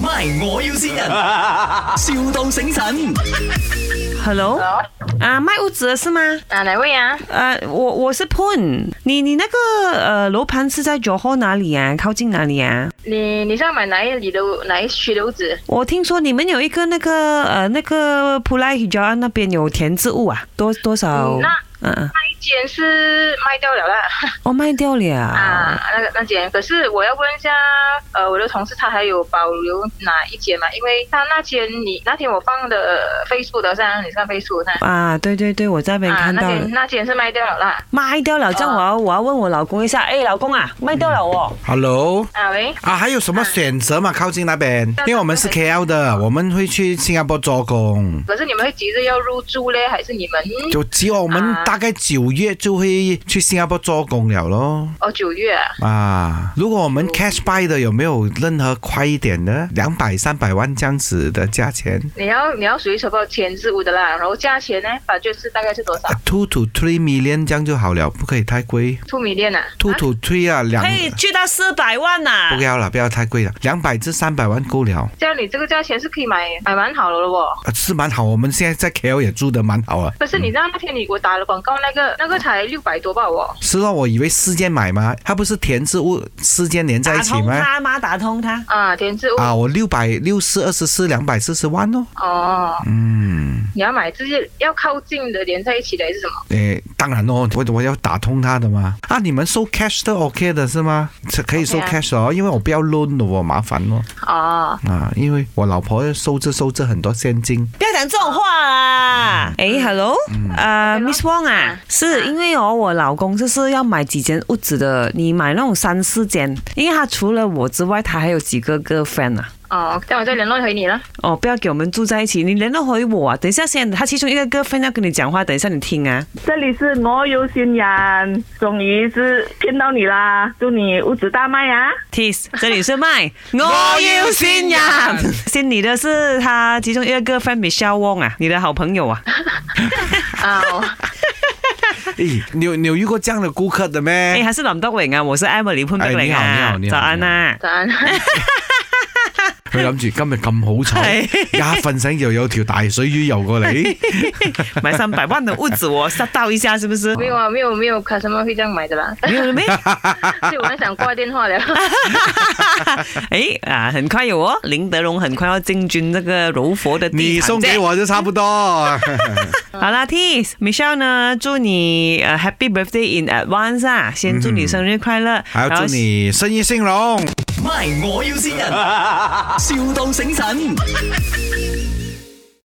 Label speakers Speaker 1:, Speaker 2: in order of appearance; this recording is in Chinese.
Speaker 1: My，我要先人，, 笑到醒神。
Speaker 2: Hello，
Speaker 3: Hello，
Speaker 2: 啊，卖屋子的是吗？
Speaker 3: 啊，哪位啊？
Speaker 2: 呃，我我是 Pun，你你那个呃楼盘是在 Johor 哪里啊？靠近哪里啊？
Speaker 3: 你你是要买哪一里的哪一区的屋子？
Speaker 2: 我听说你们有一个那个呃那个普拉希 a 那边有田字物啊，多多少
Speaker 3: 嗯？那
Speaker 2: 嗯嗯，
Speaker 3: 那一间是卖掉了啦，
Speaker 2: 哦，卖掉了。
Speaker 3: 啊，那个那间。可是我要问一下，呃，我的同事他还有保留哪一间嘛？因为他那间你那天我放的飞速的上，你看飞速上。
Speaker 2: 啊，对对对，我在那边
Speaker 3: 啊，
Speaker 2: 看
Speaker 3: 那哦
Speaker 2: 到了
Speaker 3: 间，那间是卖掉了啦。
Speaker 2: 卖掉了。这样我要我要问我老公一下，
Speaker 3: 嗯
Speaker 2: 哎，老公啊，卖掉了哦。
Speaker 4: Hello。
Speaker 3: 啊喂，
Speaker 4: 啊，还有什么选择嘛？靠近那边，因为我们是 KL 的，我们会去新加坡做工。
Speaker 3: 可是你们会急着要入住嘞，还是你们？
Speaker 4: 就只有我们
Speaker 3: 啊
Speaker 4: 大概九月就会去新加坡做工了咯。
Speaker 3: 哦，九月啊，
Speaker 4: 啊，如果我们 cash buy 的有没有任何快一点的，两百三百万这样子的价钱
Speaker 3: 你要你要属于什么前置屋的啦？然后价钱呢？法券是大概是多少？
Speaker 4: ，two to three million 这样就好了，不可以太贵。
Speaker 3: 兔米店啊？
Speaker 4: two to three 啊，两
Speaker 2: 可以哎去到四百万呐、
Speaker 4: 不要了，不要太贵了，两百至三百万够了。
Speaker 3: 啊这样你这个价钱是可以买买完好了的哦。
Speaker 4: 啊是蛮好，我们现在在 KL 也住得蛮好啊。
Speaker 3: 可是你知道那天你给我打了广告，那个那个才六百多吧哦。
Speaker 4: 是咯，我以为四间买嘛，它不是田字屋四间连在一
Speaker 2: 打
Speaker 4: 起
Speaker 2: 通
Speaker 4: 吗？
Speaker 2: 他吗？打通他。
Speaker 3: 啊，田字屋、
Speaker 4: 啊，我六百六四二十四两百四十万哦。
Speaker 3: 哦，
Speaker 4: 嗯。
Speaker 3: 你要买这些要靠近的连在一起的还是什么？
Speaker 4: 诶，当然哦，我我要打通他的嘛。啊，你们收 cash 都 OK 的是吗？是可以收
Speaker 3: OK 啊
Speaker 4: cash 哦，因为我不要 loan 的哦，麻烦哦。
Speaker 3: 哦，
Speaker 4: 啊，因为我老婆收着收着很多现 金。
Speaker 2: 不要讲这种话啦！
Speaker 4: 嗯
Speaker 2: 哎，Hello，呃，Miss Wong 啊，是因为哦，我老公就是要买几间屋子的，你买那种三四间，因为他除了我之外，他还有几个 girlfriend 啊。
Speaker 3: 哦，待会再联络回你了。
Speaker 2: 哦，不要给我们住在一起，你联络回我啊！等一下先，他其中一个 girlfriend 要跟你讲话，等一下你听啊。
Speaker 5: 这里是我有心人，终于是骗到你啦！祝你屋子大卖啊！
Speaker 2: Tis，这里是 麦，我要新人。新你的是他其中一个 girlfriend Michelle Wong 啊，你的好朋友啊。
Speaker 3: 啊、哦，
Speaker 4: 诶，你有你有遇过这样的顾客的
Speaker 2: 哎，
Speaker 4: 咩？
Speaker 2: 还是林德荣啊，我是 Emily 潘碧玲
Speaker 4: 哎你好你
Speaker 2: 啊
Speaker 4: 好你，好
Speaker 2: 早安啊。
Speaker 3: 早安。
Speaker 4: 佢諗住今日咁好彩，
Speaker 2: 係
Speaker 4: 一瞓醒又有條大水魚游 過嚟。
Speaker 2: 买三百万的屋子，我吓到一下，是不是？
Speaker 3: 没有啊，没有没有，卡什么会这样买的啦？
Speaker 2: 没有了 没？
Speaker 3: 所以我很想挂电话了。
Speaker 2: 哎啊，很快有哦，林德荣很快要进军这个柔佛的地
Speaker 4: 你
Speaker 2: 毯
Speaker 4: 送給我就差不多。
Speaker 2: 好啦 t i s Michelle 呢，祝你呃 Happy Birthday in advance 啊，先祝你生日快乐，
Speaker 4: 嗯还
Speaker 2: 然
Speaker 4: 要
Speaker 2: 后
Speaker 4: 祝你生意兴隆。
Speaker 1: My，我要先人，,笑到醒神。